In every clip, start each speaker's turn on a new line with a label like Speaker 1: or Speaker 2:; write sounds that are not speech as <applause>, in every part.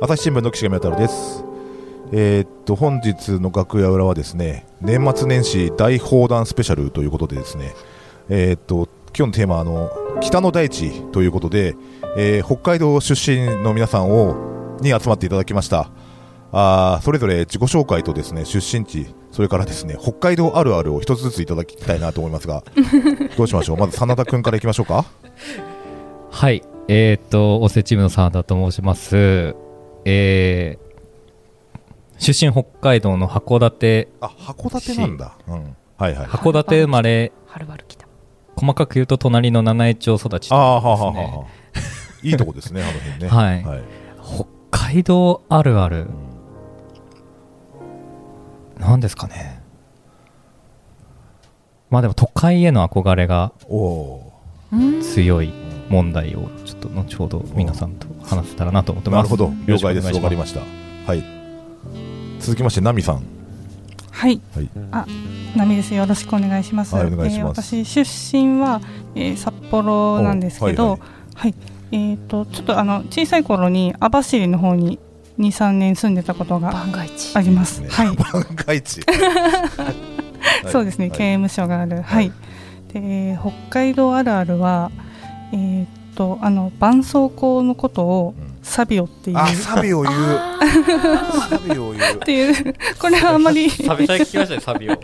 Speaker 1: 朝日新聞の岸上太郎ですえーっと本日の楽屋裏はですね年末年始大砲弾スペシャルということでですねえーっと今日のテーマはあの北の大地ということで、えー北海道出身の皆さんをに集まっていただきましたあーそれぞれ自己紹介とですね出身地それからですね北海道あるあるを一つずついただきたいなと思いますがどうしましょうまず真田君からいきましょうか
Speaker 2: はい、えっ、と、おせチームの澤田と申します。えー出身北海道の函館、
Speaker 1: あ函館なんだ、うん、はいはい
Speaker 2: 函館生まれ、
Speaker 3: はるばる来た。
Speaker 2: 細かく言うと隣の七重町育ち。
Speaker 1: あ
Speaker 2: 北
Speaker 1: あはあはあ
Speaker 2: ですね
Speaker 1: はあ <laughs> いいとこですね、あの辺ね。
Speaker 2: はい海道あるある
Speaker 1: う、ん
Speaker 2: なんですかね。まあでも都会への憧れが
Speaker 1: おお
Speaker 2: 強い問題をちょっと後ほど皆さんと話せたらなと思って
Speaker 1: ー、
Speaker 2: ま
Speaker 1: なる
Speaker 2: す。
Speaker 1: ほど、了解です、
Speaker 2: よ
Speaker 1: わ
Speaker 2: ろしくお
Speaker 1: か
Speaker 2: 願い
Speaker 1: り
Speaker 2: し
Speaker 1: ました。はい。続きまして、ナミさん。
Speaker 4: はい、
Speaker 1: はい
Speaker 4: あ、ナミです。よろしくお願いします。
Speaker 1: はいお願いします
Speaker 4: えー私出身は、えー札幌なんですけ
Speaker 1: お
Speaker 4: ど、
Speaker 1: は
Speaker 4: はいい、えっ、とちょっとあの小さい頃に網走の方に2、3年住んでたことが
Speaker 3: 番外地
Speaker 4: あ。ります。
Speaker 1: ね
Speaker 4: はい、
Speaker 1: 万が
Speaker 4: <laughs>
Speaker 1: 一。はい
Speaker 4: そうですね、
Speaker 1: はい
Speaker 4: 刑務所がある、はいで北海道あるあるは、えーっとあの絆創膏のことを
Speaker 1: うん
Speaker 4: サビオっていう、
Speaker 1: あ、
Speaker 4: っ
Speaker 1: サビを言う。サビを言う。
Speaker 4: ていうこれはあんまり
Speaker 2: サビ、最近聞きましたね、サ <laughs> ビを。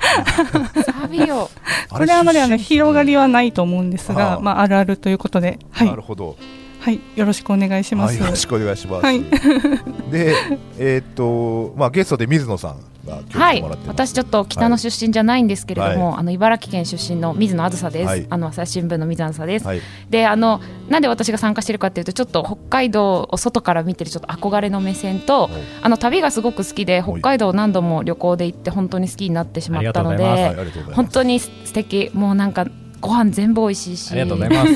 Speaker 3: サビオ。
Speaker 4: <laughs> これはあんまりあの広がりはないと思うんです
Speaker 1: あー
Speaker 4: が、まあ、あるあるということで、は
Speaker 1: ないるほど。
Speaker 4: はい、よろしくお願いしま
Speaker 1: はい、
Speaker 4: す。
Speaker 1: よろしくお願いします。
Speaker 4: はい
Speaker 1: <laughs> で、えーっと、まあ、ゲストで水野さんが今日来
Speaker 3: は
Speaker 1: て
Speaker 3: い
Speaker 1: もらって。ます。
Speaker 3: 私ちょっと北の出身じゃないんですけれども、あの茨城県出身の水野あずさです。
Speaker 1: はい
Speaker 3: あの朝日新聞の水野あずさです。
Speaker 1: はい。
Speaker 3: であのなんで私が参加してるかっていうとちょっと北海道を外から見てるちょっと憧れの目線とあの旅がすごく好きで
Speaker 1: はい
Speaker 3: 北海道を何度も旅行で行って本当に好きになってしまったの
Speaker 2: ありがとうござい
Speaker 1: はい、あ
Speaker 3: で
Speaker 1: りがとうござい
Speaker 3: 本
Speaker 1: ます。
Speaker 3: 当に素敵もうなんかご飯全部美味しいし
Speaker 2: ありがとうございます。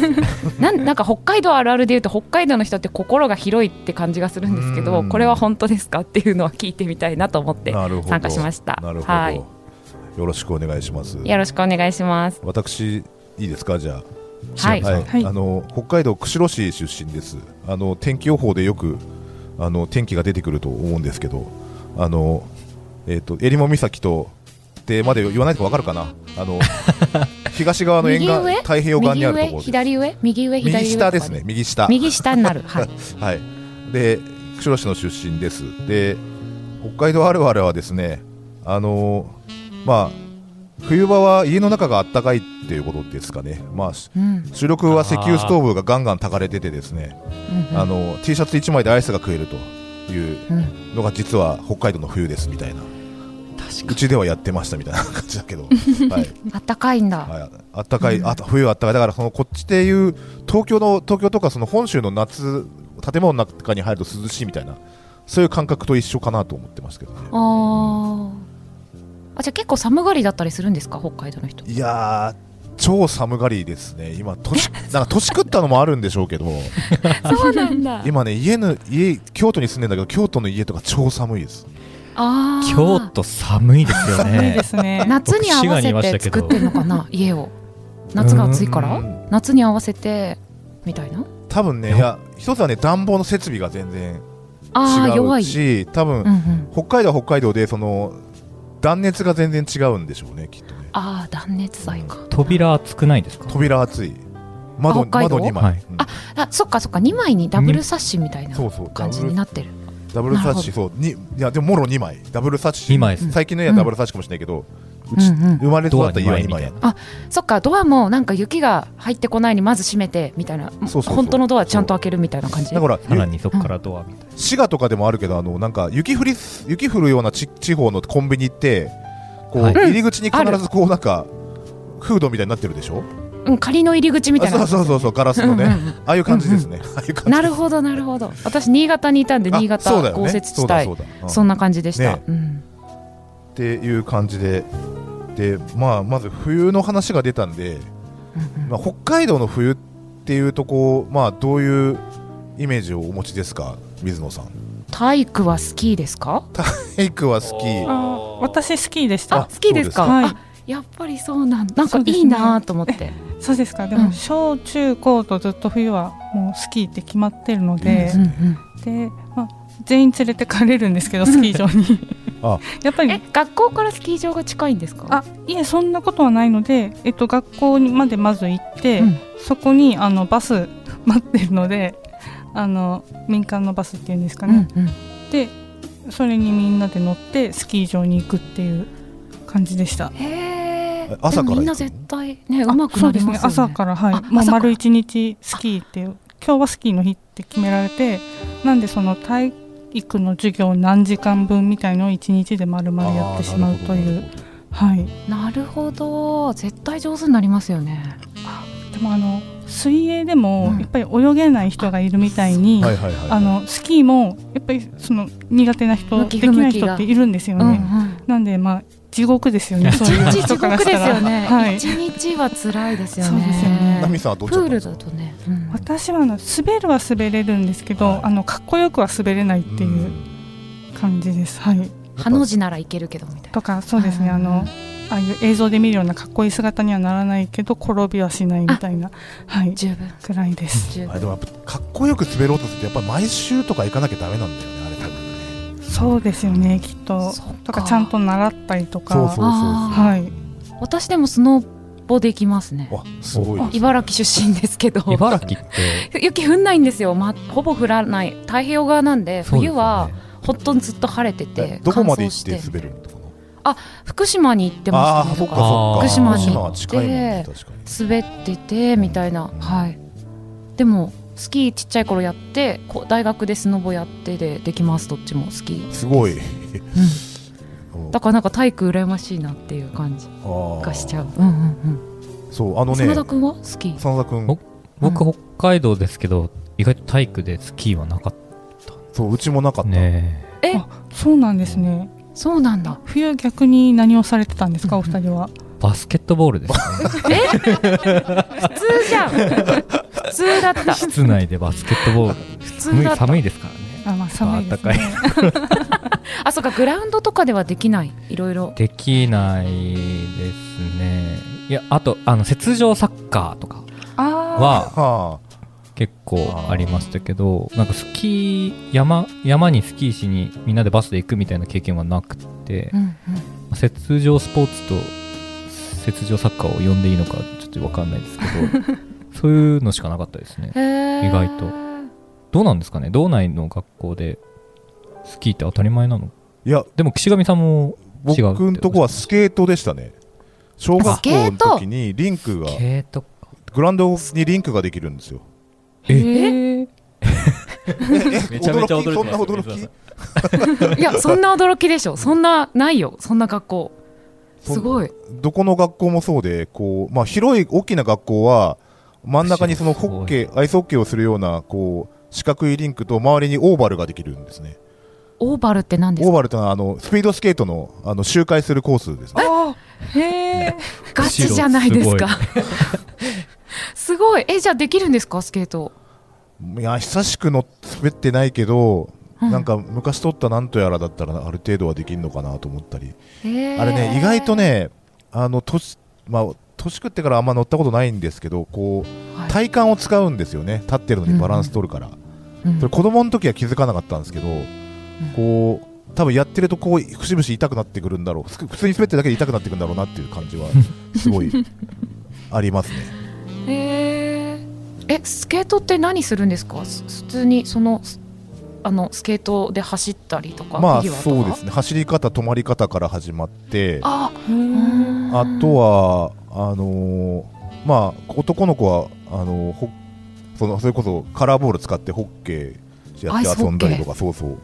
Speaker 1: <laughs>
Speaker 3: なんなんか北海道あるあるでいうと北海道の人って心が広いって感じがするんですけ
Speaker 1: う
Speaker 3: ど
Speaker 1: ん
Speaker 3: これは本当ですかっていうのは聞いてみたいなと思って
Speaker 1: なるほど
Speaker 3: 参加しました
Speaker 1: なるほど。
Speaker 3: はい
Speaker 1: よろしくお願いします。
Speaker 3: よろしくお願いします
Speaker 1: 私いいですかじゃあ
Speaker 3: はい
Speaker 4: はい
Speaker 1: あの北海道釧路市出身ですあの天気予報でよくあの天気が出てくると思うんですけどあのえっ、と襟裳岬とでまで言わないとわかるかなあ
Speaker 3: <laughs>
Speaker 1: の東側の沿岸
Speaker 3: 右上
Speaker 1: 太平洋側
Speaker 3: 右
Speaker 1: にあるところ
Speaker 3: 上
Speaker 1: です
Speaker 3: 左上右上左上
Speaker 1: 右下で
Speaker 3: と
Speaker 1: す
Speaker 3: か
Speaker 1: ね右下
Speaker 3: 右下になるはい
Speaker 1: はい、で釧路市の出身ですで北海道あるあるはですねあのまあ冬場は家の中があったかいっていうことですかね、まあ、し
Speaker 3: うん
Speaker 1: 主力は石油ストーブがガンガン炊かれててですね
Speaker 3: うん
Speaker 1: あの T シャツ1枚でアイスが食えるという
Speaker 3: うん
Speaker 1: のが実は北海道の冬ですみたいな
Speaker 2: 確
Speaker 1: うちではやってましたみたいな感じだ
Speaker 3: <laughs>
Speaker 1: けど、はい、
Speaker 3: あったかいんだ、
Speaker 1: はい、あったかい、あ冬はあったかいだからそのこっちでいう東京の東京とかその本州の夏建物の中に入ると涼しいみたいなそういう感覚と一緒かなと思ってますけどね
Speaker 3: あーあじゃあ結構寒がりだったりするんですか北海道の人
Speaker 1: <laughs> いやー超寒がりですね今
Speaker 3: <laughs>
Speaker 1: 年なんか年食ったのもあるんでしょうけど
Speaker 3: そうなんだ
Speaker 1: 今ね家の家京都に住んでんだけど京都の家とか超寒いです
Speaker 3: <laughs> あー
Speaker 2: 京都寒いですよね。
Speaker 4: いいですね。
Speaker 3: 夏に合わ
Speaker 2: 僕
Speaker 3: せ
Speaker 2: 滋賀にいましたけ
Speaker 3: て
Speaker 2: ど
Speaker 3: 作ってるのかな家を夏が暑いか
Speaker 2: う
Speaker 3: ら
Speaker 2: ん
Speaker 3: 夏に合わせてみたいな
Speaker 1: 多分ねいや一つはね暖房の設備が全然
Speaker 3: ああ
Speaker 1: 違
Speaker 3: 弱
Speaker 1: う
Speaker 3: い、
Speaker 1: し多分、
Speaker 3: うんうん、
Speaker 1: 北海道は北海道でその断熱が全然違うんでしょうねきっとね
Speaker 3: ああ断熱材か
Speaker 2: 扉厚くないですか
Speaker 1: 扉厚い窓
Speaker 3: あ北海道
Speaker 1: 窓2枚、
Speaker 2: はい
Speaker 1: うん
Speaker 3: ああそっかそっか2枚にダブルサッシみたいな
Speaker 1: そうそう
Speaker 3: 感じになってる
Speaker 1: ダブルサッシ
Speaker 3: な
Speaker 1: そうにいやでももろ2枚ダブルサッシ
Speaker 2: 二枚です
Speaker 1: 最近の家はダブルサッシかもしれないけど、うち
Speaker 3: うんうん
Speaker 1: 生まれ育
Speaker 2: ド
Speaker 1: っ
Speaker 2: ア
Speaker 1: た
Speaker 2: に
Speaker 1: 家は
Speaker 2: 前
Speaker 1: 2
Speaker 2: みた
Speaker 1: 枚
Speaker 2: いな。
Speaker 3: そっかドアもなんか雪が入ってこないようにまず閉めてみたいな
Speaker 1: そうそう
Speaker 3: 本当のドアちゃんと開けるみたいな感じ
Speaker 1: だから
Speaker 2: さらにそこからドアみたいな。
Speaker 1: 滋賀とかでもあるけどあのなんか雪降り雪降るような地地方のコンビニ行ってこう、
Speaker 2: はい
Speaker 1: 入り口に必ずこうなんかフードみたいになってるでしょ
Speaker 3: うん仮の入り口みたいな
Speaker 1: あそうそうそうそうガラスのね、
Speaker 3: うんうん
Speaker 1: ああいう感じですね、ああいう感じ
Speaker 3: なるほどなるほど私新潟にいたんで
Speaker 1: あ
Speaker 3: 新
Speaker 1: そうだよ
Speaker 3: 潟
Speaker 1: ね
Speaker 3: 豪雪地
Speaker 1: そうだそ
Speaker 3: 帯
Speaker 1: うだうん
Speaker 3: そんな感じでした、
Speaker 1: ね
Speaker 3: うん、
Speaker 1: っていう感じでで、まあ、まず冬の話が出たんで、まあ、北海道の冬っていうとこ、まあ、どういうイメージをお持ちですか水野さん <laughs>
Speaker 3: 体育はスキーですか
Speaker 1: エイクは好き
Speaker 4: あ私スキーでし
Speaker 1: あ
Speaker 4: た。
Speaker 3: 好きですか
Speaker 4: はい
Speaker 3: あやっぱりそうなんだなんか
Speaker 4: そう
Speaker 3: い
Speaker 4: です
Speaker 3: い
Speaker 4: ね
Speaker 3: なと思って、
Speaker 4: そうですか。で
Speaker 3: う
Speaker 4: も
Speaker 3: ん
Speaker 4: 小中高とずっと冬はもうスキーって決まってるの
Speaker 1: いいで、
Speaker 4: です
Speaker 1: ね
Speaker 3: うんうん
Speaker 4: で、まあ全員連れてかれるんですけどスキー場に
Speaker 1: あ
Speaker 4: <laughs> やっぱ
Speaker 3: え
Speaker 4: り
Speaker 3: 学校からスキー場が近いんですか
Speaker 4: あいえそんなことはないので、えっと、学校にまでまず行って、
Speaker 3: うん
Speaker 4: そこにあのバス待ってるのであの民間のバスっていうんですか
Speaker 3: う
Speaker 4: ね
Speaker 3: ん、うん
Speaker 4: でそれにみんなで乗ってスキー場に行くっていう感じでした
Speaker 3: へえ
Speaker 1: え朝から行くの
Speaker 3: みんな絶対ねうまくなりますよね
Speaker 4: あそうですね朝からはい
Speaker 3: あ
Speaker 4: もう
Speaker 3: 朝から
Speaker 4: 丸一日スキーっていう今日はスキーの日って決められてなんでその体育の授業何時間分みたいのを一日で丸々やってしまうと
Speaker 1: あ
Speaker 4: い
Speaker 1: ーなる
Speaker 4: うはい
Speaker 3: なるほど絶対上手になりますよね
Speaker 4: でもあの水泳でも
Speaker 3: うん
Speaker 4: やっぱり泳げない人がいるみたい
Speaker 1: ほ
Speaker 4: に、
Speaker 1: どはいはいはい
Speaker 4: あのスキーもやっぱりその苦手な人
Speaker 3: 向
Speaker 4: で
Speaker 3: き
Speaker 4: き
Speaker 3: 不
Speaker 4: な
Speaker 3: 向
Speaker 4: い
Speaker 3: き
Speaker 4: 人
Speaker 3: が
Speaker 4: っているんですよ
Speaker 3: うんう
Speaker 4: ね、
Speaker 3: ん
Speaker 4: なんでまあ地獄ですよねそう
Speaker 3: 一
Speaker 4: いう
Speaker 3: 日
Speaker 4: 人
Speaker 3: 地
Speaker 4: から
Speaker 3: 獄
Speaker 4: し
Speaker 3: で
Speaker 4: た
Speaker 3: す
Speaker 4: ら
Speaker 3: よね
Speaker 4: はい
Speaker 3: 一、日は辛いですよ
Speaker 4: そうですよね
Speaker 1: ナミ
Speaker 3: ね
Speaker 1: さんはどっ
Speaker 3: プ
Speaker 1: ちだったん
Speaker 3: ー
Speaker 1: で
Speaker 3: ル
Speaker 1: すか
Speaker 3: だとねうん
Speaker 4: 私はあの滑るは滑れるんですけど、
Speaker 1: はい
Speaker 4: あのかっこよくは滑れないって
Speaker 1: ん
Speaker 4: いう感じです。はい、
Speaker 3: ハの字ならいけるけどみたいな
Speaker 4: とかそうですね
Speaker 3: うん
Speaker 4: あのああいう映像で見るようなかっこいい姿にはならないけど転びはしないみたいな、はい、
Speaker 3: 十分
Speaker 4: くらいです。
Speaker 3: 十
Speaker 1: あ
Speaker 3: 分
Speaker 1: でもやっぱかっこよく滑ろうとするとやっぱり毎週とか行かなきゃダメなんだよねあれ多分
Speaker 4: そうですよねきっと
Speaker 3: そっ
Speaker 4: とかちゃんと習ったりとか
Speaker 1: そうそうそうそう
Speaker 3: あ
Speaker 4: はい
Speaker 3: 私でもスノボできますね
Speaker 1: あすごいですね
Speaker 3: 茨城出身ですけど
Speaker 2: 茨城って
Speaker 3: 雪降んないんですよ、ま、ほぼ降らない太平洋側なんで
Speaker 2: そうです
Speaker 3: 冬
Speaker 2: よね
Speaker 3: はほっとずっと晴れて
Speaker 1: え
Speaker 3: て
Speaker 1: どこまで行
Speaker 3: 乾燥
Speaker 1: っ
Speaker 3: してて
Speaker 1: 滑るのかな
Speaker 3: 福島に行って
Speaker 1: あ
Speaker 3: ま
Speaker 1: あ
Speaker 3: す
Speaker 1: そ
Speaker 3: ね
Speaker 1: っか
Speaker 3: だか
Speaker 1: そっか
Speaker 3: 福島に
Speaker 1: 福島は近いもんね確かに
Speaker 3: ら滑っててみたいな、
Speaker 1: うん
Speaker 3: はいでもスキーちっちゃい頃やってこ大学でスノボやってでできますどっちもスキー、
Speaker 1: すご
Speaker 3: <laughs>
Speaker 1: い <laughs>
Speaker 3: うんだからなんか体育羨ましいなっていう感じ
Speaker 1: あ
Speaker 3: がしちゃ
Speaker 1: う
Speaker 3: ううんうん
Speaker 1: そうあ
Speaker 3: う
Speaker 1: の
Speaker 3: ん
Speaker 1: ね
Speaker 3: 真田君はスキー
Speaker 1: 真田君
Speaker 2: 僕僕北海道ですけど意外と体育でスキーはなかっ
Speaker 1: そううちもなか
Speaker 2: た
Speaker 1: った
Speaker 2: ね
Speaker 3: え
Speaker 4: そうなんですね
Speaker 3: そうなんだ
Speaker 4: 冬逆に何をされてたんですか
Speaker 3: うん
Speaker 4: お二人は
Speaker 2: バスケットボールですね
Speaker 3: <laughs> 普通じゃん普通だった普
Speaker 2: 室内でバスケットボール
Speaker 3: 通
Speaker 2: 寒
Speaker 3: だ
Speaker 2: い
Speaker 3: った
Speaker 2: 寒いですからね
Speaker 4: あまあ寒いですね
Speaker 3: あそうかグラウンドとかではできないいろいろ
Speaker 2: できないですねいやあとあの雪上サッカーとか
Speaker 4: <laughs> あ
Speaker 2: は
Speaker 1: は
Speaker 2: 結構ありましたけどなんかスキー山山にスキーしにみんなでバスで行くみたいな経験はなくて
Speaker 3: う、んうん
Speaker 2: まあ雪上スポーツと雪上サッカーを呼んでいいのかちょっと分かんないですけどそういうのしかなかったですね <laughs>
Speaker 3: 意
Speaker 2: 意外とどうなんですかね道内の学校でスキーって当たり前なの
Speaker 1: あいや
Speaker 2: でも岸上さんも違
Speaker 1: 僕
Speaker 2: うって
Speaker 1: んとこはスケートでしたね小学校の時にリンクが
Speaker 2: 系とか
Speaker 1: グラウンドにリンクができるんですよ
Speaker 2: え
Speaker 4: え
Speaker 2: <laughs> めちゃめちゃ驚いてますよ
Speaker 1: 驚きそんな驚
Speaker 2: 水野
Speaker 1: き
Speaker 3: いやそんな驚きでしょそんなないよそんな学校すごい
Speaker 1: どこの学校もそうで、こう、まあ、広い、大きな学校は、真ん中にそのホッケー、アイスホッケーをするような、こう、四角いリンクと周りにオーバルができるんですね。
Speaker 3: オーバルって何です
Speaker 1: オー
Speaker 3: か
Speaker 1: バルというのは、あの、スピードスケートの、あの、周回するコースですね。
Speaker 4: あへ
Speaker 1: <laughs>
Speaker 4: え
Speaker 3: ガチじゃないですか <laughs> すごいえじゃあできるんですかスケート、
Speaker 1: いや、久しくの滑ってないけど、
Speaker 3: う
Speaker 1: なんか昔取ったなんとやらだったらある程度はできるのかなと思ったり、
Speaker 3: へー
Speaker 1: あれね、意外とね、あの年、まあ、年食ってからあんま乗ったことないんですけど、こう
Speaker 3: はい
Speaker 1: 体幹を使うんですよね、立ってるのにバランス取るから、
Speaker 3: うん
Speaker 1: それ子供の時は気づかなかったんですけど、こう多分やってるとこう節々痛くなってくるんだろうふく普通に滑ってるだけで痛くなってくるんだろうなっていう感
Speaker 3: <laughs>
Speaker 1: じはすごいありますね
Speaker 3: へーえスケートって何するんですかす普通にそのすあのスケートで走ったりとか
Speaker 1: まあ
Speaker 3: フィギュアとか
Speaker 1: そうですね走り方止まり方から始まってあ
Speaker 3: あ
Speaker 4: へえ
Speaker 1: とはあのーまあ男の子はあのーほそのそれこそカラーボール使ってホッケー
Speaker 3: アイ
Speaker 1: や
Speaker 3: ス
Speaker 1: って遊
Speaker 3: ホッ
Speaker 1: ん
Speaker 3: ケー
Speaker 1: だりとかそうそう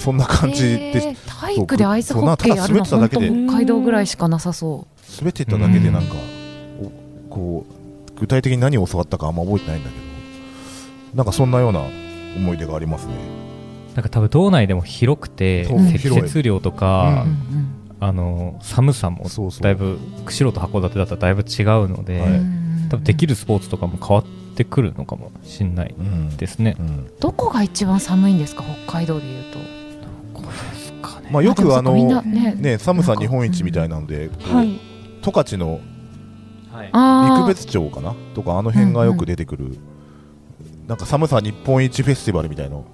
Speaker 1: そんな感じでし
Speaker 3: へー体育でアイスホッケーやるの
Speaker 1: そう僕
Speaker 3: 本当
Speaker 1: そう
Speaker 4: なんか
Speaker 3: 北海道ぐらいしかなさそ
Speaker 1: 滑ってただけでなんか、おこう具体的に何を教わったかあんま覚えてないんだけどなんかそんなような思い出がありますね
Speaker 2: なんか多分道内でも広くて
Speaker 1: そう
Speaker 2: 積雪量とか
Speaker 3: う、
Speaker 1: うん
Speaker 2: あの寒さも
Speaker 1: そうそう
Speaker 2: だいぶ釧路と函館だったらだいぶ違うので、
Speaker 1: はい
Speaker 2: 多分でき
Speaker 3: る
Speaker 2: るスポーツとかも変わってくるのかもしんない
Speaker 1: うん
Speaker 2: ですね。
Speaker 1: うん
Speaker 3: どこが一番寒いんですか北海道でいうと
Speaker 2: これですかね
Speaker 1: まあ、よくあ
Speaker 3: でもそっかみんな
Speaker 1: の、
Speaker 3: ね
Speaker 1: ね、寒さ日本一みたいなのでこう
Speaker 4: はい
Speaker 1: 十勝の
Speaker 2: はい
Speaker 3: あ
Speaker 1: 陸別町かなとかあの辺がよく出てくるなんか寒さ日本一フェスティバルみたいの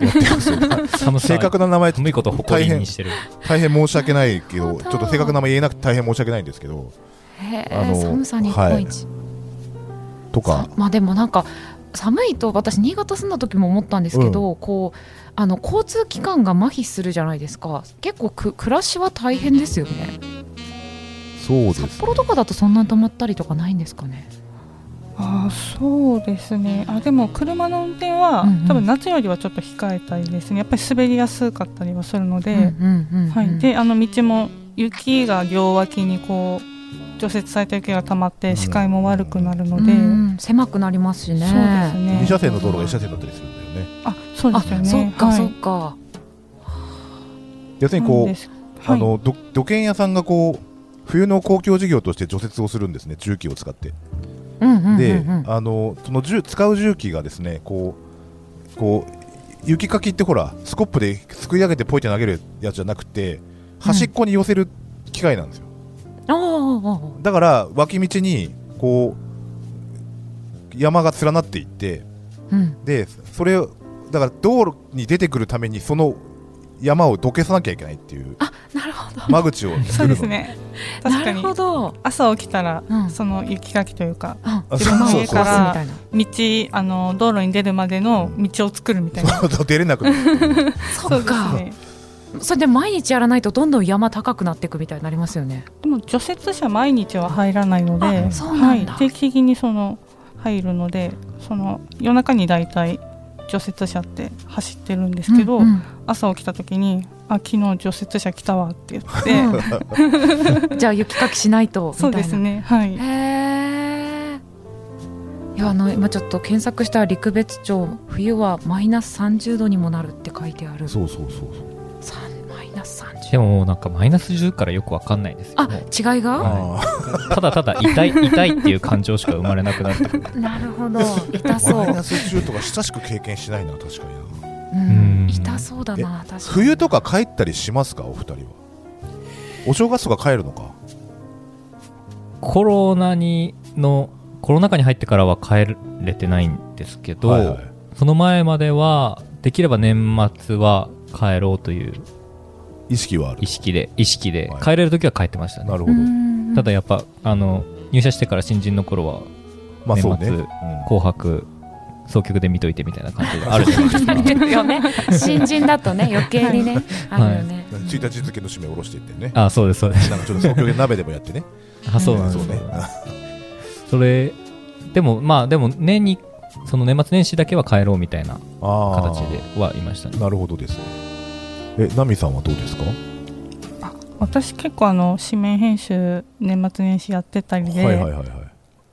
Speaker 1: やって
Speaker 2: <laughs>
Speaker 1: ますよ
Speaker 2: 寒さ
Speaker 1: 正確な名前
Speaker 2: 寒いことを誇りにしてる
Speaker 1: 大変申し訳ないけど
Speaker 3: 本
Speaker 1: ち
Speaker 3: 当
Speaker 1: ょっと正確な名前言えなくて大変申し訳ないんですけど
Speaker 3: へ
Speaker 1: あ
Speaker 3: え
Speaker 1: の
Speaker 3: 寒さ日本一、
Speaker 1: とか
Speaker 3: まあでもなんか寒いと私新潟住んだ時も思ったんですけど、こうあの交通機関が麻痺するじゃないですか結構く暮らしは大変ですよね
Speaker 1: そうです、ね、
Speaker 3: 札幌とかだとそんなに止まったりとかないんですかね
Speaker 4: あーそうですねあでも車の運転は、
Speaker 3: うんうん
Speaker 4: 多分夏よりはちょっと控えたいですねやっぱり滑りやすかったりはするので、
Speaker 3: うんうんうんうん
Speaker 4: はい、であの道も雪が両脇にこう除雪された雪が溜まっ
Speaker 1: うん
Speaker 4: て視界も悪くなるので、
Speaker 3: うんうん狭くなりますし
Speaker 4: そうで
Speaker 3: ね
Speaker 4: すね
Speaker 1: 2車線の道路が1車線だったりするんだよね
Speaker 4: あそうで
Speaker 3: あ
Speaker 4: すよね
Speaker 3: そっか
Speaker 4: はい
Speaker 3: そっか、
Speaker 1: 要するに
Speaker 4: な
Speaker 1: こ
Speaker 4: ん
Speaker 1: う、
Speaker 4: です
Speaker 1: あのど土建屋さんがこう冬の公共事業として除雪をするんですね重機を使って
Speaker 3: うんうんうんうん、
Speaker 1: で、あのその重使う重機がですねこうこう雪かきってほらスコップですくい上げてポイって投げるやつじゃなくて端っこに寄せる機械なんですよ、
Speaker 3: ああ
Speaker 1: だから脇道にこう山が連なっていって
Speaker 3: うん
Speaker 1: でそれをだから道路に出てくるためにその山をどけさなきゃいけないっていう
Speaker 3: あなるほど
Speaker 1: 間口
Speaker 3: <laughs>
Speaker 1: を
Speaker 4: そ
Speaker 1: 作
Speaker 4: うで
Speaker 1: る
Speaker 4: す
Speaker 1: の
Speaker 4: ね確
Speaker 3: な
Speaker 4: か
Speaker 3: る
Speaker 4: に
Speaker 3: ほど
Speaker 4: 朝起きたら、
Speaker 3: うん
Speaker 4: その雪かきというか
Speaker 3: あ
Speaker 1: あ
Speaker 4: 自分の家か
Speaker 3: コースみた
Speaker 4: ら
Speaker 3: いな
Speaker 4: 道あの道路に出るまでの道を作るみたいな、
Speaker 1: そう出れなくなる
Speaker 3: そっか
Speaker 4: で
Speaker 3: そ,、
Speaker 4: すね
Speaker 3: れで毎日やらないとどんどん山高くなっていくみたいになりますよね
Speaker 4: でも除雪車毎日は入らないので
Speaker 3: あそうなんだ
Speaker 4: はい、定期的にその入るのでその夜中に大体除雪車って走ってるんですけど、
Speaker 3: うんうん
Speaker 4: 朝起きた時に「あ昨日除雪車来たわ」って言って
Speaker 3: うん <laughs> じゃあ雪かきしないとみたいな
Speaker 4: そうですねはい
Speaker 3: へえいやあの今ちょっと検索したら陸別町冬はマイナス30度にもなるって書いてある
Speaker 1: そうそうそうそう
Speaker 3: さんマイナス30
Speaker 2: でももうなんかマイナス10からよくわかんないですよもう
Speaker 3: あ違いが
Speaker 1: あー
Speaker 2: ただただ痛い痛いっていう感情しか生まれなくなってくる
Speaker 3: なるほど痛そ
Speaker 1: <laughs> マイ
Speaker 3: う
Speaker 1: ナス10とか親しく経験しないな確かにな
Speaker 3: うん痛そうだな確かに
Speaker 1: 冬とか帰ったりしますかお二人はお正月とか帰るのか
Speaker 2: コロナにのコロナ禍に入ってからは帰れてないんですけど、
Speaker 1: はいはい
Speaker 2: その前まではできれば年末は帰ろうという
Speaker 1: 意識はある
Speaker 2: 意識で意識で
Speaker 1: はい
Speaker 2: 帰れる時は帰ってましたね、
Speaker 1: なるほ
Speaker 3: う
Speaker 1: ど
Speaker 3: ん <laughs>
Speaker 2: ただやっぱあの入社してから新人の頃は
Speaker 1: まあそうね
Speaker 2: 年末
Speaker 1: うん
Speaker 2: 「紅白」総曲で見といてみたいな感じがあるじゃないですか
Speaker 3: なり
Speaker 1: <laughs>
Speaker 3: ますよね新人だとね余計にねあるよね
Speaker 1: 1日付の締めを下ろしていってね
Speaker 2: あそうですそうです
Speaker 1: なんかちょっと東京で鍋でもや
Speaker 2: <laughs>
Speaker 1: ってね
Speaker 2: あそうなんです
Speaker 1: そうね
Speaker 2: それでもまあでも年にその年末年始だけは帰ろうみたいな
Speaker 1: ああ
Speaker 2: 形ではいましたね
Speaker 1: なるほどですえナミさんはどうですか
Speaker 4: あ私結構あの紙面編集年末年始やってたりで、
Speaker 1: はいはいはいは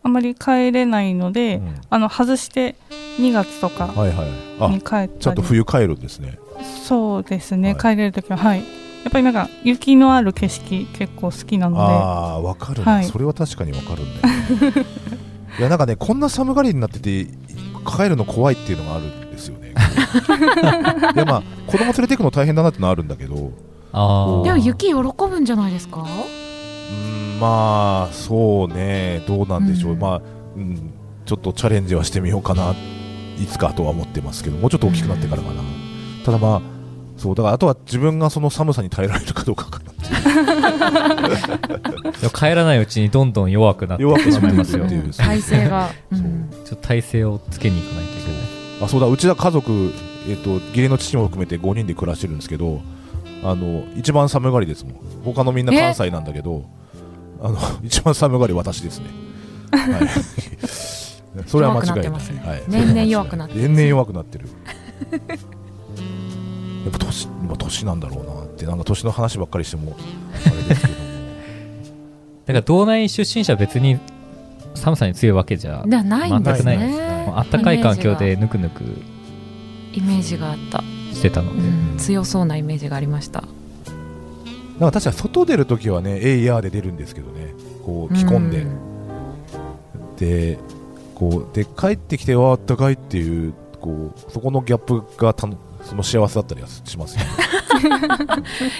Speaker 4: あまり帰れないの
Speaker 1: い、
Speaker 4: で、
Speaker 1: うん
Speaker 4: あの外して2月とか
Speaker 1: はいはいあ
Speaker 4: に帰ったり
Speaker 1: ちゃんと冬帰るんですね
Speaker 4: そうですね、
Speaker 1: は
Speaker 4: 帰れる時ははいやっぱりなんか雪のある景色結構好きなので
Speaker 1: ああわかるな、
Speaker 4: はい
Speaker 1: それは確かにわかるんだよねいやなんかねこんな寒がりになってて帰るの怖いっていうのがあるんですよねいやまあ子供連れて行くの大変だなってのはあるんだけどう
Speaker 2: ああ
Speaker 3: でも雪喜ぶんじゃないですか
Speaker 1: ーんまあそうねどうなんでしょう、
Speaker 3: うん
Speaker 1: まあ、うん、ちょっとチャレンジはしてみようかないつかとは思ってますけどもうちょっと大きくなってからかな、ただまあそうだからあとは自分がその寒さに耐えられるかどうかかなっていう
Speaker 2: でも帰らないうちにどんどん弱くなって
Speaker 1: 弱く
Speaker 2: しまい
Speaker 1: な
Speaker 2: ま
Speaker 1: って
Speaker 2: す
Speaker 1: る
Speaker 2: よ
Speaker 1: って
Speaker 2: ち
Speaker 1: い
Speaker 2: ょ
Speaker 1: うそう
Speaker 3: 体勢が
Speaker 1: そう
Speaker 3: うん
Speaker 2: っと体勢をつけに行かないといけない
Speaker 1: あそうだうちら家族、えっと義理の父も含めて5人で暮らしてるんですけどあの一番寒がりですもん他のみんな関西なんだけどあの <laughs> 一番寒がり私ですね、はい、 <laughs> それは間違いない
Speaker 3: 弱くなってますね
Speaker 1: はい、
Speaker 3: 年々弱くなって
Speaker 1: 年々弱くなってる <laughs> やっぱ年,、まあ、年なんだろうなってなんか年の話ばっかりしてもあれですけど
Speaker 3: <laughs>
Speaker 1: も
Speaker 2: だから道内出身者は別に寒さに強いわけじゃ
Speaker 3: なないんで
Speaker 2: 全
Speaker 3: す
Speaker 2: くない
Speaker 1: です
Speaker 3: ね
Speaker 2: もう暖かい環境でぬくぬく
Speaker 3: イメージがイメージがあった、
Speaker 2: してたの
Speaker 3: う
Speaker 2: で、
Speaker 3: ん強そうなイメージがありました
Speaker 1: なんか確かに外出るときはねエイヤーで出るんですけどねこう着込んで、
Speaker 3: う
Speaker 1: でこうで帰ってきてはあったかいっていうこうそこのギャップがたのその幸せだったりはしますよ
Speaker 3: <laughs>
Speaker 1: ね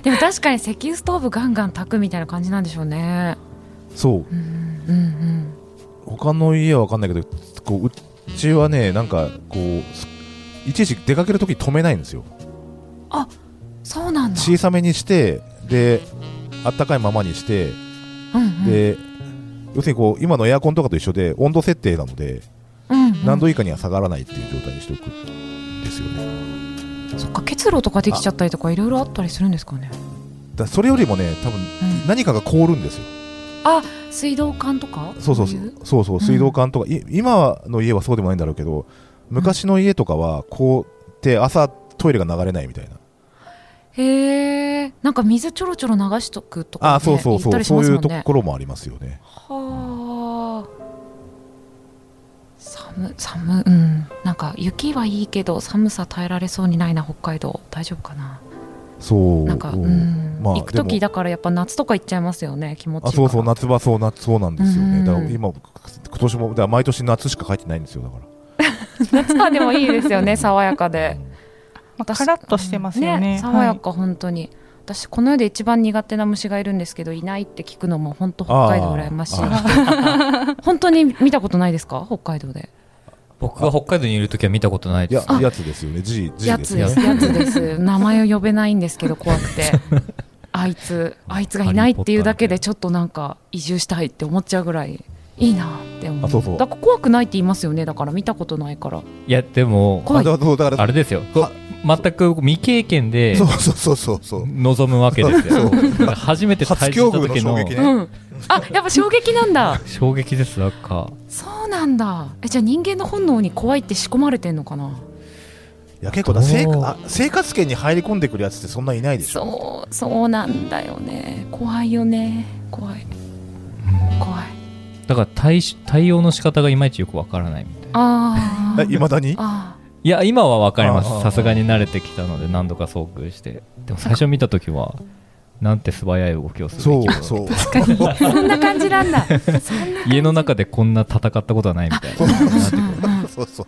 Speaker 3: でも確かに石油ストーブガンガン炊くみたいな感じなんでしょうね
Speaker 1: そう
Speaker 3: うんうん
Speaker 1: 他の家は分かんないけどこううちはねなんかこうすいちいち出かけるとき止めないんですよ
Speaker 3: あそうなんだ、
Speaker 1: 小さめにしてであったかいままにして
Speaker 3: うんうん、
Speaker 1: で、要するにこう今のエアコンとかと一緒で温度設定なので
Speaker 3: うんうん
Speaker 1: 何度以下には下がらないっていう状態にしておくんですよね
Speaker 3: そっか結露とかできちゃったりとかいろいろあったりするんですかね、
Speaker 1: だからそれよりもね多分
Speaker 3: うん、
Speaker 1: 何かが凍るんですよ
Speaker 3: 水道管とか
Speaker 1: そうそうそ
Speaker 3: こいう
Speaker 1: そうそう水道管とか、い今の家はそうでもないんだろうけど昔の家とかはこうって朝トイレが流れないみたいな
Speaker 3: へえんか水ちょろちょろ流しとくとか、ね、
Speaker 1: あそうそう
Speaker 3: 言っ
Speaker 1: そ
Speaker 3: た
Speaker 1: う、
Speaker 3: りし
Speaker 1: そ
Speaker 3: ま
Speaker 1: う
Speaker 3: す
Speaker 1: い
Speaker 3: も
Speaker 1: うんと
Speaker 3: ね
Speaker 1: ころもありますよね
Speaker 3: はあ寒寒うんなんか雪はいいけど寒さ耐えられそうにないな北海道大丈夫かな
Speaker 1: そう
Speaker 3: なんか、
Speaker 1: う
Speaker 3: うんん
Speaker 1: まあ
Speaker 3: 行く
Speaker 1: でも
Speaker 3: 時だからやっぱ夏とか行っちゃいますよね気持ちいい
Speaker 1: あ
Speaker 3: から
Speaker 1: そうそう夏場そうなそうなんですよね、
Speaker 3: うん
Speaker 1: だから今今年もだから毎年夏しか帰ってないんですよだから
Speaker 3: <laughs> 夏はでもいいですよ
Speaker 1: <laughs>
Speaker 3: ね爽やかで
Speaker 4: まあ、カラッとしてますよね。
Speaker 3: 爽や
Speaker 4: はい
Speaker 3: か本当に、私この世で一番苦手な虫がいるんですけどいないって聞くのも本当北海道羨ましい
Speaker 1: あー
Speaker 3: 本当に見たことないですか北海道で
Speaker 2: 僕が北海道にいるときは見たことない
Speaker 1: い
Speaker 2: で
Speaker 1: や
Speaker 2: す。
Speaker 1: やつですよね G, G
Speaker 3: や
Speaker 1: で
Speaker 3: つ
Speaker 1: す
Speaker 3: で
Speaker 1: よ
Speaker 3: す
Speaker 1: ね
Speaker 3: やつです名前を呼べないんですけど怖く
Speaker 1: <laughs>
Speaker 3: てあいつあいつがいないっていうだけでちょっとなんか移住したいって思っちゃうぐらいいいなって思う
Speaker 1: あそうそう
Speaker 3: だから怖くないって言いますよねだから見たことないから
Speaker 2: いや、でも、
Speaker 3: 怖
Speaker 1: <laughs>
Speaker 3: い
Speaker 1: あだそうだから
Speaker 2: あれですよ。こ全く未経験で
Speaker 1: そうそうそうそうそう
Speaker 2: 望むわけですよ。
Speaker 1: そう
Speaker 2: だから初めて
Speaker 1: 初
Speaker 2: 体
Speaker 1: 境
Speaker 2: 験し
Speaker 1: 遇
Speaker 2: た
Speaker 1: の
Speaker 2: 時
Speaker 1: 衝
Speaker 2: の
Speaker 1: 撃ね、
Speaker 3: うんあやっぱ衝撃なんだ <laughs>
Speaker 2: 衝撃です、なんか。
Speaker 3: そうなんだえじゃあ人間の本能に怖いって仕込まれてんのかない
Speaker 1: や結構だ生
Speaker 2: どう
Speaker 1: あ生活圏に入り込んでくるやつってそんないないでしょ
Speaker 3: そうそうなんだよね怖いよね怖い怖い
Speaker 2: だから対し対応の仕方がいまいちよくわからないみたいな。
Speaker 3: あー
Speaker 1: いまだに
Speaker 3: あ
Speaker 2: いや、今はわかりま
Speaker 1: あー
Speaker 2: す。さすがに慣れてきたので何度か遭遇して。でも最初見た時は、なんて素早い動きをする
Speaker 1: そ
Speaker 2: べ
Speaker 1: う
Speaker 2: きだ
Speaker 1: そう
Speaker 3: ーそんな感じなんだそんな
Speaker 2: 家の中でこんな戦ったことはないみたいな。
Speaker 3: うんう
Speaker 1: <laughs>
Speaker 3: ん
Speaker 1: そうそう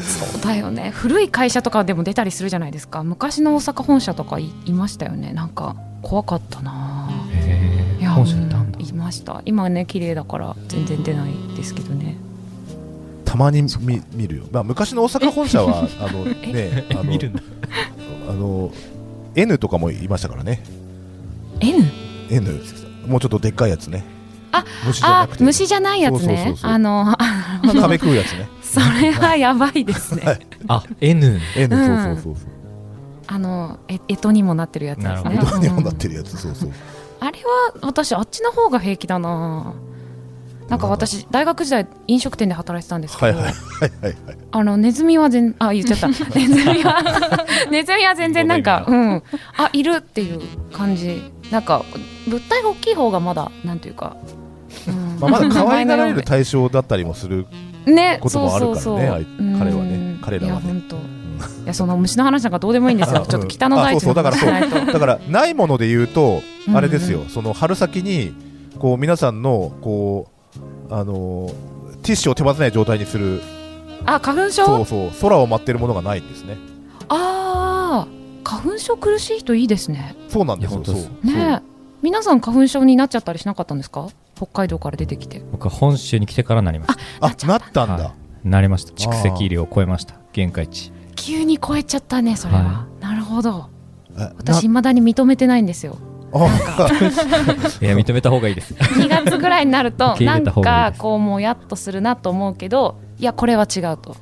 Speaker 3: そうだよね古い会社とかでも出たりするじゃないですか昔の大阪本社とかいいましたよねなんか怖かったなぁ
Speaker 2: へ
Speaker 3: い
Speaker 2: え
Speaker 3: や
Speaker 2: 本社いたんだ
Speaker 3: う。いました今ね綺麗だから全然出ないですけどね
Speaker 1: たまに見見るよ、まあ、昔の大阪本社はあのねあの
Speaker 2: 見るんだ。
Speaker 1: あの N とかもいましたからね
Speaker 3: N?
Speaker 1: N もうちょっとでっかいやつね
Speaker 3: あ
Speaker 1: 虫じゃな
Speaker 3: あ
Speaker 1: くて
Speaker 3: 虫じゃないやつ
Speaker 1: そうそうそ
Speaker 3: ね
Speaker 1: うそう
Speaker 3: あの <laughs> あなるほど
Speaker 1: 壁食うやつね
Speaker 3: それはやばいですね
Speaker 2: あ、N。
Speaker 1: N、
Speaker 3: うん
Speaker 1: そうそうそうそう
Speaker 3: あのえ干支にもなってるやつで
Speaker 2: なる
Speaker 3: す
Speaker 2: ほ
Speaker 3: ね。
Speaker 2: ど
Speaker 1: どうにもなって
Speaker 3: る。
Speaker 1: るやつそうそう
Speaker 3: あれは私あっちの方が平気だな。なんか私大学時代飲食店で働いてたんですけど、
Speaker 1: はいはいはいはいはい
Speaker 3: あのネズミは全あ言っちゃ
Speaker 1: <laughs>
Speaker 3: った。ネズミは <laughs> ネズミは全然なんかうんあいるっていう感じ。なんか物体が大きい方がまだなんというか。うん
Speaker 1: まあ、まだ可愛がられる対象だったりもする
Speaker 3: ね、
Speaker 1: こともあるからね
Speaker 3: そ
Speaker 1: あ
Speaker 3: う
Speaker 1: い
Speaker 3: そうそう
Speaker 1: 彼はね
Speaker 3: うん
Speaker 1: 彼らはね
Speaker 3: いや本当。いやその虫の話なんかどうでもいいんですよ。ちょっと北の大地の話しないと。
Speaker 1: だからないもので言うと
Speaker 3: うん
Speaker 1: あれですよ、その春先にこう皆さんのこうあのーティッシュを手放せない状態にする
Speaker 3: あ花粉症。
Speaker 1: そうそう空を待ってるものがないんですね
Speaker 3: あー花粉症苦しい人いいですね
Speaker 1: そうなんです
Speaker 2: い
Speaker 1: よ
Speaker 2: や本当です
Speaker 1: そうそう
Speaker 3: ねえ皆さん花粉症になっちゃったりしなかったんですか北海道から出てきて
Speaker 2: 僕は本州に来てからなりました。
Speaker 1: あなったんだ、
Speaker 2: はいなりました。蓄積量を超えました。限界値。
Speaker 3: 急に超えちゃったねそれは、
Speaker 2: は
Speaker 3: なるほど
Speaker 1: あ
Speaker 3: 私未だに認めてないんで
Speaker 2: <laughs>
Speaker 3: すよ
Speaker 1: なあ
Speaker 2: いや、認めた方がいいです。
Speaker 3: 2月ぐらいになると
Speaker 2: 受け
Speaker 3: な
Speaker 2: 入
Speaker 3: ん
Speaker 2: れた方がいい
Speaker 3: か
Speaker 2: です
Speaker 3: こうもうやっとするなと思うけどいやこれは違う
Speaker 2: <laughs>
Speaker 3: と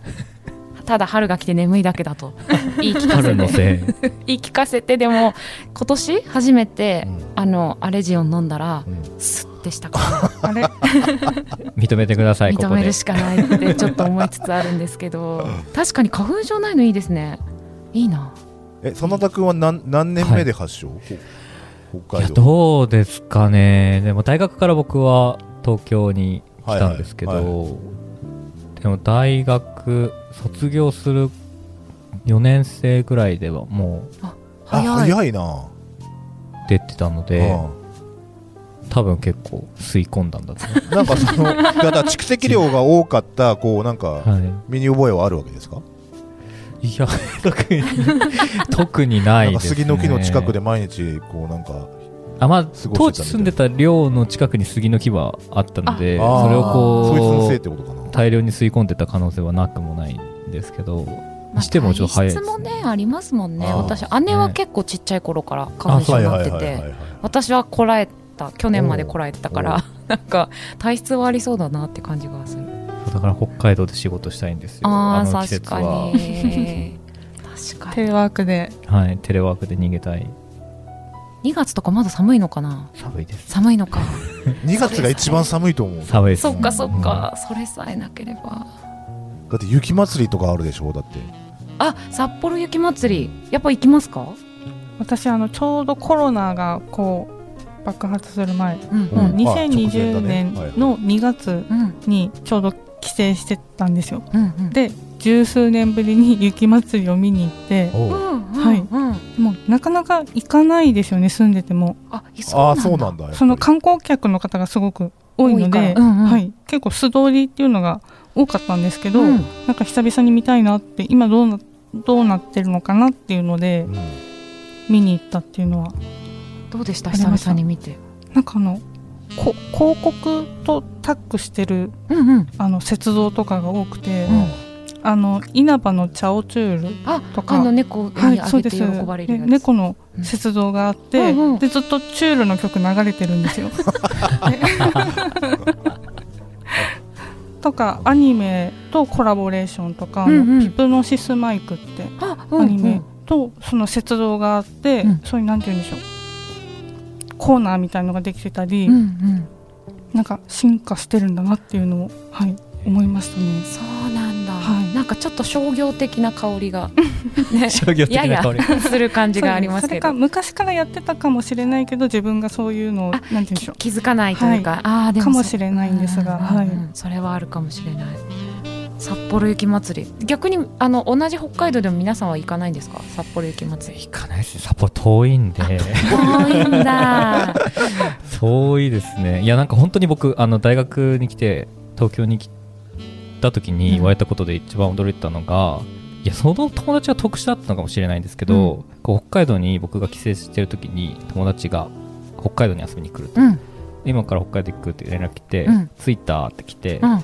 Speaker 3: ただ春が来て眠いだけだと言い聞かせ
Speaker 2: 春の
Speaker 3: て
Speaker 2: せい。
Speaker 3: 言い聞かせてでも今年初めて、
Speaker 1: うん
Speaker 3: あのアレジオン飲んだら、
Speaker 1: うん
Speaker 3: スッて
Speaker 2: <laughs>
Speaker 3: したから
Speaker 4: あれ
Speaker 2: 認めてください、こ
Speaker 3: 認
Speaker 2: こ
Speaker 3: め
Speaker 2: で
Speaker 3: る。しかない
Speaker 2: <laughs>
Speaker 3: ってちょっと思いつつあるんですけど確かに花粉症ないのいいですねいいな
Speaker 1: え真田君は何何年目で発症、ほ北
Speaker 2: いや
Speaker 1: 海道
Speaker 2: どうですかねでも大学から僕は東京に来たんですけど、
Speaker 1: はいはい
Speaker 2: でも大学卒業する4年生ぐらいではも
Speaker 1: あ
Speaker 3: 早い
Speaker 1: 早いな、
Speaker 2: う出てたので、多分結構吸い込んだんだと思
Speaker 1: うんなんかそのだから蓄積量が多かったこうなんか、
Speaker 2: う、は
Speaker 1: 身に <laughs> 覚えはあるわけですか
Speaker 2: い、いや特に <laughs> 特にない
Speaker 1: なんか
Speaker 2: です、ね、
Speaker 1: 杉の木の近くで毎日こうなんか
Speaker 2: あ、まあ、
Speaker 1: 過ごしてたみたい
Speaker 2: 当時住んでた寮の近くに杉の木はあったので
Speaker 1: あー
Speaker 2: それを
Speaker 1: そいつの
Speaker 2: こ
Speaker 1: せいうってことかな
Speaker 2: 大量に吸い込んでた可能性はなくもないんでですけど、
Speaker 3: まあ
Speaker 2: してもちょっと早いで
Speaker 3: 体
Speaker 2: す
Speaker 3: 質もねありますもんね
Speaker 1: あー
Speaker 3: 私姉は結構ちっちゃい頃から花粉症になってて私はこらえた去年までこらえてたか
Speaker 1: おう
Speaker 3: ら <laughs> なんか体質はありそうだなって感じがする
Speaker 2: だから北海道で仕事したいんですよ。
Speaker 3: あ
Speaker 2: の
Speaker 3: あ
Speaker 2: 季
Speaker 3: 確
Speaker 2: 節
Speaker 3: か
Speaker 2: は。 <laughs>
Speaker 3: に確か
Speaker 4: テ
Speaker 3: に
Speaker 4: レワークで
Speaker 2: はい、テレワークで逃げたい。
Speaker 3: 2月とかまだ寒いのかな
Speaker 2: 寒いです。
Speaker 3: 寒いのか
Speaker 1: 2月が一番寒いと思うだ
Speaker 2: 寒いです。
Speaker 3: そっかそっかそれさえなければ
Speaker 1: って雪祭りとかあるでしょだって
Speaker 3: あ札幌雪まつりやっぱ行きますか
Speaker 4: 私あのちょうどコロナがこう爆発する前
Speaker 3: うん
Speaker 1: うん
Speaker 3: うん
Speaker 4: 2020年の2月
Speaker 3: うん
Speaker 4: にちょうど帰省してたんですよ
Speaker 3: うんうん
Speaker 4: で十数年ぶりに <laughs> 雪祭りを見に行って
Speaker 1: お
Speaker 3: う
Speaker 1: うん
Speaker 3: うん
Speaker 4: は
Speaker 3: う
Speaker 4: い
Speaker 3: ん
Speaker 4: もうなかなか行かないですよね住んでても
Speaker 3: あ
Speaker 1: あ
Speaker 3: いそ
Speaker 1: あ
Speaker 3: うなんだ
Speaker 1: そうなんだやっぱり
Speaker 4: その観光客の方がすごく多いの
Speaker 3: 多い
Speaker 4: で、
Speaker 3: からうんうん
Speaker 4: はい、結構素通りっていうのが多かったんですけど、
Speaker 3: うん
Speaker 4: なんか久々に見たいなって今どうなどうなってるのかなっていうので
Speaker 1: うん
Speaker 4: 見に行ったっていうのは
Speaker 3: どうでした
Speaker 4: あり
Speaker 3: 久
Speaker 4: ました
Speaker 3: 々に見て
Speaker 4: なんかあのこ広告とタッグしてる
Speaker 3: うんうん
Speaker 4: あの雪像とかが多くて、
Speaker 3: うん
Speaker 4: あの稲葉のチャオチュール
Speaker 3: あ
Speaker 4: とか
Speaker 3: あの猫に
Speaker 4: はい、
Speaker 3: あ
Speaker 4: そう
Speaker 3: げ
Speaker 4: で
Speaker 3: て
Speaker 4: す
Speaker 3: 喜ばれる
Speaker 4: で
Speaker 3: やつ
Speaker 4: 猫の雪像があって、
Speaker 3: うんうん
Speaker 4: でずっとチュールの曲流れてるんですよ。でとかアニメとコラボレーションとか、あの
Speaker 3: うんうん
Speaker 4: ピプノシスマイクって
Speaker 3: あうん
Speaker 4: ア
Speaker 3: うん
Speaker 4: ニメとその雪像があって、
Speaker 3: うん
Speaker 4: そういうなんて言うんでしょうコーナーみたいのができてたり、
Speaker 3: うんうん
Speaker 4: なんか進化してるんだなっていうのを、はい、思いましたね。
Speaker 3: そうなんだ
Speaker 4: はい
Speaker 3: なんかちょっと商業的な香りが
Speaker 2: <laughs>
Speaker 3: ね
Speaker 2: 商業的
Speaker 3: や
Speaker 2: な
Speaker 3: や
Speaker 2: 香り。
Speaker 3: <laughs> する感じがあります
Speaker 4: それ
Speaker 3: け
Speaker 4: か
Speaker 3: ど
Speaker 4: 昔からやってたかもしれないけど自分がそういうのをな
Speaker 3: あ
Speaker 4: んて言うんでしょう
Speaker 3: 気づかないというかあーでも
Speaker 4: かもしれないんですが、
Speaker 3: うんうん
Speaker 4: はい、
Speaker 3: うんそれはあるかもしれない札幌雪まつり逆にあの同じ北海道でも皆さんは行かないんですか札幌雪まつり
Speaker 2: 行かないです。札幌遠いん <laughs> で。
Speaker 3: 遠いんだ
Speaker 2: 遠いですね。いや、なんか本当に僕、あの、大学に来て、東京に来た時に言われたことで一番驚いたのが、いや、その友達は特殊だったのかもしれないんですけど、こう北海道に僕が帰省してる時に友達が北海道に遊びに来ると。
Speaker 3: <laughs> うん
Speaker 2: 今から北海道行くって連絡来て、
Speaker 3: うん
Speaker 2: 着いたって来て
Speaker 3: う、ん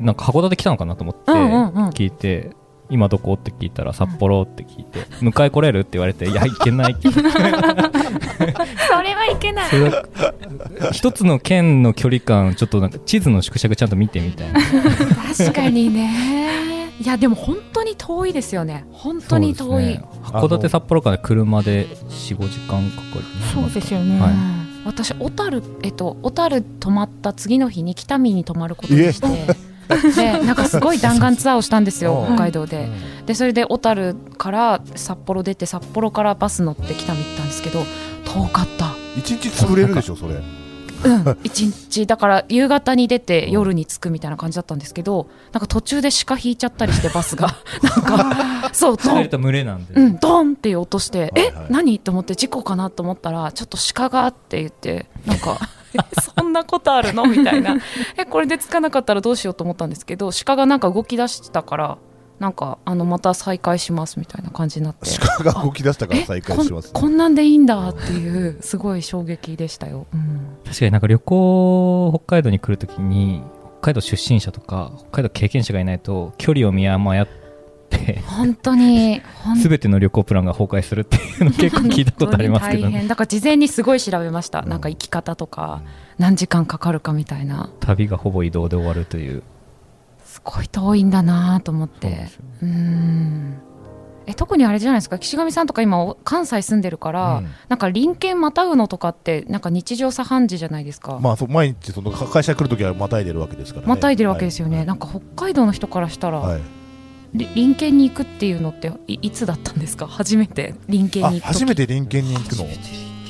Speaker 2: なんか函館来たのかなと思って、
Speaker 3: うんうんうん
Speaker 2: 聞いて、今どこって聞いたら札幌って聞いて、迎え来れるって言われて、いや、行け
Speaker 3: <laughs>
Speaker 2: ないって
Speaker 3: それはいけない
Speaker 2: それは一つの県の距離感ちょっとなんか地図の縮尺ちゃんと見てみたいな
Speaker 3: 確かにねいやでも本当に遠いですよね本当に
Speaker 2: そう
Speaker 3: 遠い、
Speaker 2: ですね函館札幌から車で45時間かかる
Speaker 4: そうですよね、
Speaker 2: はい
Speaker 3: うん私小樽えっと小樽泊まった次の日に北見に泊まることにしてでなんかすごい弾丸ツアーをしたんですよ
Speaker 1: うん
Speaker 3: 北海道ででそれで小樽から札幌出て札幌からバス乗って北見行ったんですけど遠かった
Speaker 1: 一日潰れるでしょそれ
Speaker 3: うん一日だから夕方に出て夜に着くみたいな感じだったんですけどなんか途中で鹿引いちゃったりしてバスが
Speaker 2: <laughs>
Speaker 3: なんかそう
Speaker 2: そ
Speaker 3: ド
Speaker 2: れ
Speaker 3: ン
Speaker 2: と群れなんで、
Speaker 3: うん、ドンっていう音して、
Speaker 1: はいはい
Speaker 3: え何と思って事故かなと思ったらちょっと鹿がって言ってなん <laughs> かえそんなことあるのみた <laughs> いなえこれでつかなかったらどうしようと思ったんですけど鹿がなんか動き出したからなんかあのまた再開しますみたいな感じになって
Speaker 1: 鹿が動き出したから
Speaker 3: え
Speaker 1: 再
Speaker 3: こ
Speaker 1: 開
Speaker 3: ん
Speaker 1: します
Speaker 3: こんなんでいいんだっていうすごい衝撃でしたよ、うん
Speaker 2: 確かになんか旅行北海道に来るときに北海道出身者とか北海道経験者がいないと距離を見誤って
Speaker 3: 本当 <laughs> に本
Speaker 2: 全ての旅行プランが崩壊するっていうの結構聞いたことありますけ
Speaker 3: 本当
Speaker 2: ど
Speaker 3: に大
Speaker 2: ね
Speaker 3: 変だから事前にすごい調べました、なんか行き方とか何時間かかるかみたいな
Speaker 2: 旅がほぼ移動で終わるという
Speaker 3: すごい遠いんだなと思ってう,、んえ特にあれじゃないですか岸上さんとか今お関西住んでるから、
Speaker 1: うん
Speaker 3: なんか隣県またぐのとかってなんか日常茶飯事じゃないですか、ま
Speaker 1: まあそう毎日そのか会社来るときはまたいでるわけですからね
Speaker 3: たいでるわけですよね、
Speaker 1: はい
Speaker 3: なんか北海道の人からしたら、
Speaker 1: はい
Speaker 3: り隣県に行くっていうのっていいつだったんですか初めて隣県
Speaker 1: あ
Speaker 3: に行く
Speaker 1: 初めて隣県に行くの
Speaker 3: と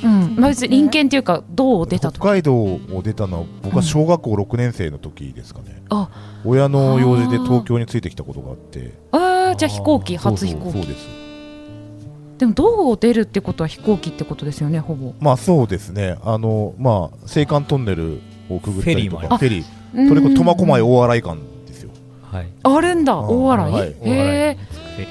Speaker 3: うんまあ、別に隣県っていうか道を出た
Speaker 1: 北
Speaker 3: と
Speaker 1: 海道を出たのは僕は小学校6年生の時ですかね、
Speaker 3: あ
Speaker 1: 親の用事で東京についてきたことがあって
Speaker 3: えー、じゃあ飛行機
Speaker 1: そうそ
Speaker 3: 初
Speaker 1: う
Speaker 3: 飛行機
Speaker 1: そうです
Speaker 3: でも道を出るってことは飛行機ってことですよねほぼ
Speaker 1: まあそうですねあのまあ青函トンネルをくぐったりとかフ
Speaker 2: フ
Speaker 1: ェリーそれこそ苫小牧大洗間ですよ
Speaker 2: はい
Speaker 3: あるんだ
Speaker 1: うん
Speaker 3: 大洗、
Speaker 1: はい
Speaker 3: へえ
Speaker 2: フェリー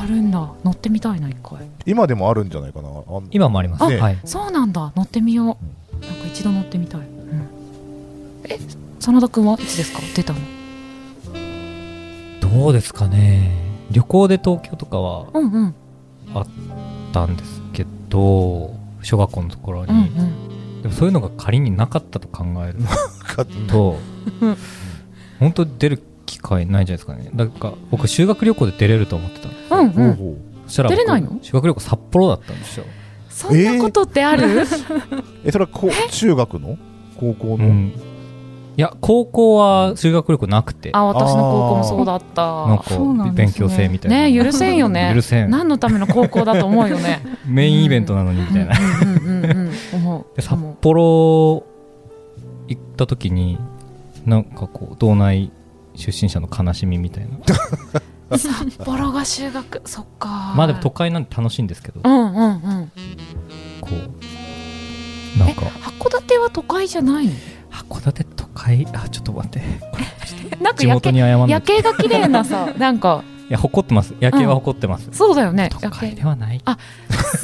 Speaker 3: あるんだ乗ってみたいな一回
Speaker 1: 今でもあるんじゃないかなあん
Speaker 2: 今もあります、
Speaker 1: ね
Speaker 2: はい、
Speaker 3: そうなんだ乗ってみようなんか一度乗ってみたい、え真田君はいつですか出たの
Speaker 2: どどうですかね旅行で東京とかは
Speaker 3: うんうん
Speaker 2: 行ったんですけど小学校のところに、
Speaker 3: うんうん
Speaker 2: でもそういうのが仮になかったと考えると
Speaker 3: うん
Speaker 2: 本当出る機会ないんじゃないですかねだから僕修学旅行で出れると思ってたの
Speaker 3: うん
Speaker 1: ほ
Speaker 3: う
Speaker 1: うんほう
Speaker 2: そしたら僕
Speaker 3: 出れないの
Speaker 2: 修学旅行札幌だったんですよ、
Speaker 3: そんなことってある、
Speaker 1: えそれはこう中学の高校
Speaker 2: う
Speaker 1: の、
Speaker 2: ん、いや高校は修学旅行なくて
Speaker 3: あ私の高校もそうだった
Speaker 2: なんか
Speaker 4: そうなんですね
Speaker 2: 勉強生みたいな
Speaker 3: ね許せんよね
Speaker 2: 許せん
Speaker 3: 何のための高校だと思うよね
Speaker 2: メインイベントなの <laughs> にみたいな
Speaker 3: うんうんうんうん思う
Speaker 2: で札幌行った時になんかこう道内出身者の悲しみみたいな
Speaker 3: 札幌が修学そっか
Speaker 2: まあでも都会なんで楽しいんですけど、
Speaker 3: うんうんうん
Speaker 2: こうなん
Speaker 3: え
Speaker 2: か
Speaker 3: 函館は都会じゃないの
Speaker 2: 函館都会あちょっと待って
Speaker 3: なん
Speaker 2: <laughs>
Speaker 3: か
Speaker 2: 地
Speaker 3: 夜
Speaker 2: 元
Speaker 3: 景
Speaker 2: に謝んない
Speaker 3: 夜
Speaker 2: とい
Speaker 3: 景が綺麗なさなんか
Speaker 2: や誇ってます夜景は誇ってます、
Speaker 3: そうだよね
Speaker 2: 都
Speaker 3: 夜
Speaker 2: 会
Speaker 3: 景
Speaker 2: ではない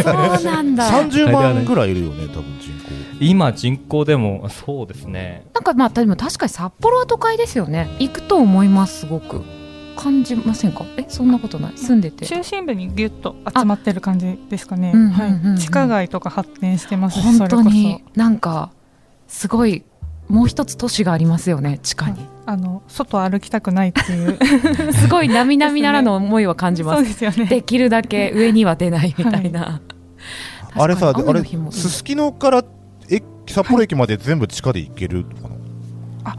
Speaker 3: そうなんだなん
Speaker 1: 30万ぐらいいるよね多分人口
Speaker 2: 今人口でもそうですね
Speaker 3: かまあでも確かに札幌は都会ですよね行くと思いますすごく感じませんかえそんなことない住んでて
Speaker 4: 中心部にギュッと集まってる感じですかね
Speaker 3: あうんうん
Speaker 4: は
Speaker 3: うんうん
Speaker 4: い地下街とか発展してますし
Speaker 3: 本当
Speaker 4: それ
Speaker 3: に
Speaker 4: こ
Speaker 3: なんかすごいもう一つ都市がありますよね地下に、
Speaker 4: そあの外歩きたくないっていう
Speaker 3: すごい並々ならぬ思いは <laughs> 感じま
Speaker 4: そう
Speaker 3: す
Speaker 4: ですよね
Speaker 3: できるだけ上には出ないみたいな、
Speaker 1: あれさ
Speaker 3: 確
Speaker 1: あ
Speaker 3: かに雨
Speaker 1: れ
Speaker 3: の日も
Speaker 1: すすきのからえ札幌駅まで全部地下で行けるのかな、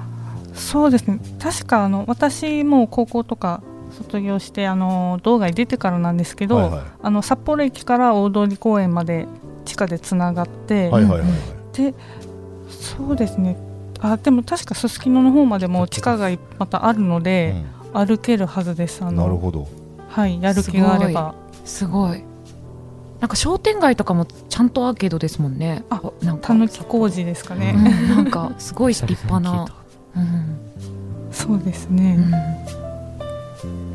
Speaker 4: そうですね確かあの私もう高校とか卒業してあの道外出てからなんですけど、
Speaker 1: はいは
Speaker 4: あの札幌駅から大通公園まで地下でつながって、
Speaker 1: いはいはいはいはい
Speaker 4: でそうですねあでも確かすすきのの方までも地下街またあるので、歩けるはずですあ
Speaker 1: うんなる
Speaker 4: の
Speaker 1: ほど
Speaker 4: はいやる気があれば
Speaker 3: すごいなんか商店街とかもちゃんとアーケードですもんね
Speaker 4: あ
Speaker 3: なんか
Speaker 4: たぬき工事ですか
Speaker 3: う
Speaker 4: ね、
Speaker 3: んなんかすごい立派な、うん
Speaker 4: そうです
Speaker 3: う
Speaker 4: ね、
Speaker 3: ん、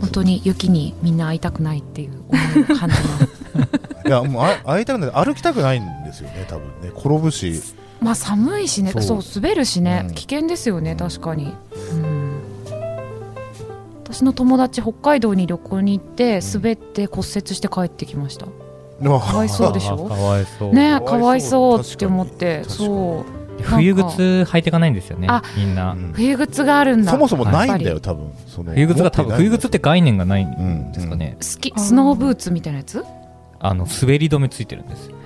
Speaker 3: 本当に雪にみんな会いたくないっていう思いを感じます
Speaker 1: いやもうあ会いたくない歩きたくないんですよね多分ね転ぶし
Speaker 3: <laughs> まあ寒いしね
Speaker 1: そう
Speaker 3: そう滑るしね、
Speaker 1: うん
Speaker 3: 危険ですよね
Speaker 1: うん
Speaker 3: 確かに、うん、私の友達北海道に旅行に行って滑って骨折して帰ってきました
Speaker 1: か
Speaker 3: わいそうでしょ
Speaker 2: かわいそう
Speaker 3: ね
Speaker 1: か
Speaker 3: か
Speaker 1: わ
Speaker 3: わ
Speaker 1: い
Speaker 3: い
Speaker 1: そう
Speaker 3: そうって思って
Speaker 1: 確かに
Speaker 3: そ
Speaker 2: 冬靴履いていかないんですよね
Speaker 3: あ
Speaker 2: みんな、
Speaker 1: うん
Speaker 3: う冬靴があるんだ
Speaker 1: そもそもないんだ
Speaker 3: や
Speaker 1: よ
Speaker 3: っ
Speaker 1: 多分その
Speaker 2: 冬靴が多分
Speaker 1: 持て
Speaker 2: 冬
Speaker 1: ない
Speaker 2: 靴って概念がない
Speaker 1: う
Speaker 2: ん
Speaker 1: ん
Speaker 2: ですかね、
Speaker 3: スキ
Speaker 4: あー
Speaker 3: スノーブーツみたいなやつ
Speaker 2: あの滑り止めついてるんですよ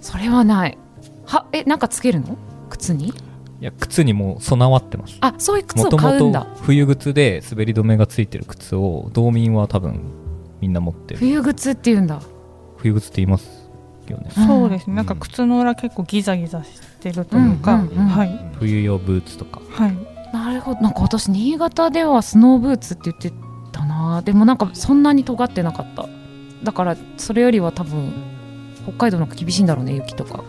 Speaker 3: それはないはえなんかつけるの靴に
Speaker 2: いや靴にもう備わってます
Speaker 3: あそういう靴
Speaker 2: も
Speaker 3: を
Speaker 2: と
Speaker 3: 買う
Speaker 2: も
Speaker 3: ん
Speaker 2: と
Speaker 3: だ
Speaker 2: 冬靴で滑り止めがついてる靴を道民は多分みんな持ってる
Speaker 3: 冬靴っていうんだ
Speaker 2: 冬靴って言いますよね
Speaker 3: うん
Speaker 4: そうですね、なん
Speaker 1: う
Speaker 4: か
Speaker 1: ん
Speaker 4: 靴の裏結構ギザギザしてるというか、
Speaker 3: うんうんうん
Speaker 4: はい
Speaker 2: 冬用ブーツとか
Speaker 4: はい
Speaker 3: なるほどなんか私新潟ではスノーブーツって言ってたなでもなんかそんなに尖ってなかっただからそれよりは多分北海道なんか厳しいんだろうね雪とか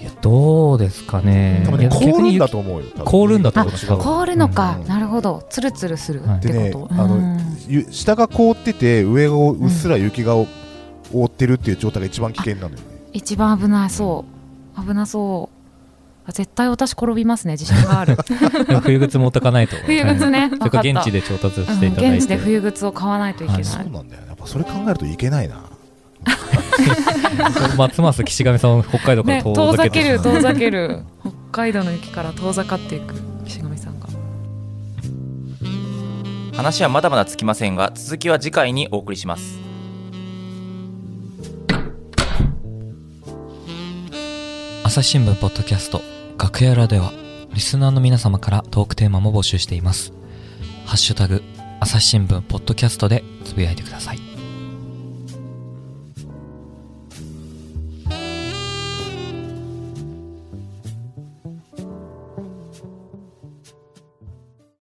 Speaker 2: いやどうですかね
Speaker 1: 多分
Speaker 2: い
Speaker 1: ね
Speaker 2: や
Speaker 1: 凍
Speaker 2: 逆
Speaker 1: る
Speaker 2: に
Speaker 1: んだ
Speaker 2: 雪
Speaker 1: と思うよ多分
Speaker 2: 凍るんだと思う
Speaker 1: 雪
Speaker 2: 多分
Speaker 1: が
Speaker 3: 凍るのか、
Speaker 1: うん
Speaker 3: なるほどツルツルする
Speaker 2: はい
Speaker 3: ってこと、
Speaker 1: でねあの
Speaker 3: うん
Speaker 1: ゆ下が凍ってて上をうっすら雪が覆ってるっていう状態が一番危険なのよね
Speaker 3: 一番危ないそう危なそうあ絶対私転びますね自信が
Speaker 2: <laughs>
Speaker 3: ある
Speaker 2: でも冬靴持ってかないと
Speaker 3: 冬靴ね分
Speaker 2: それ
Speaker 3: か
Speaker 2: か
Speaker 3: った
Speaker 2: 現地で調達していた
Speaker 3: う
Speaker 2: だ
Speaker 3: ん
Speaker 2: い
Speaker 3: 現地
Speaker 2: て、
Speaker 3: で冬靴を買わないといけない、
Speaker 1: そうなんだよねやっぱそれ考えるといけないな
Speaker 2: ますます岸上さんを北海道から
Speaker 3: ね
Speaker 2: 遠
Speaker 3: 遠
Speaker 2: ざ
Speaker 3: ざ
Speaker 2: け
Speaker 3: け
Speaker 2: て
Speaker 3: る遠ざける北海道の雪から遠ざかっていく岸上さんが
Speaker 5: 話はまだまだつきませんが続きは次回にお送りします
Speaker 2: 朝日新聞ポッドキャスト「楽屋裏」ではリスナーの皆様からトークテーマも募集しています「ハッシュタグ朝日新聞ポッドキャスト」でつぶやいてください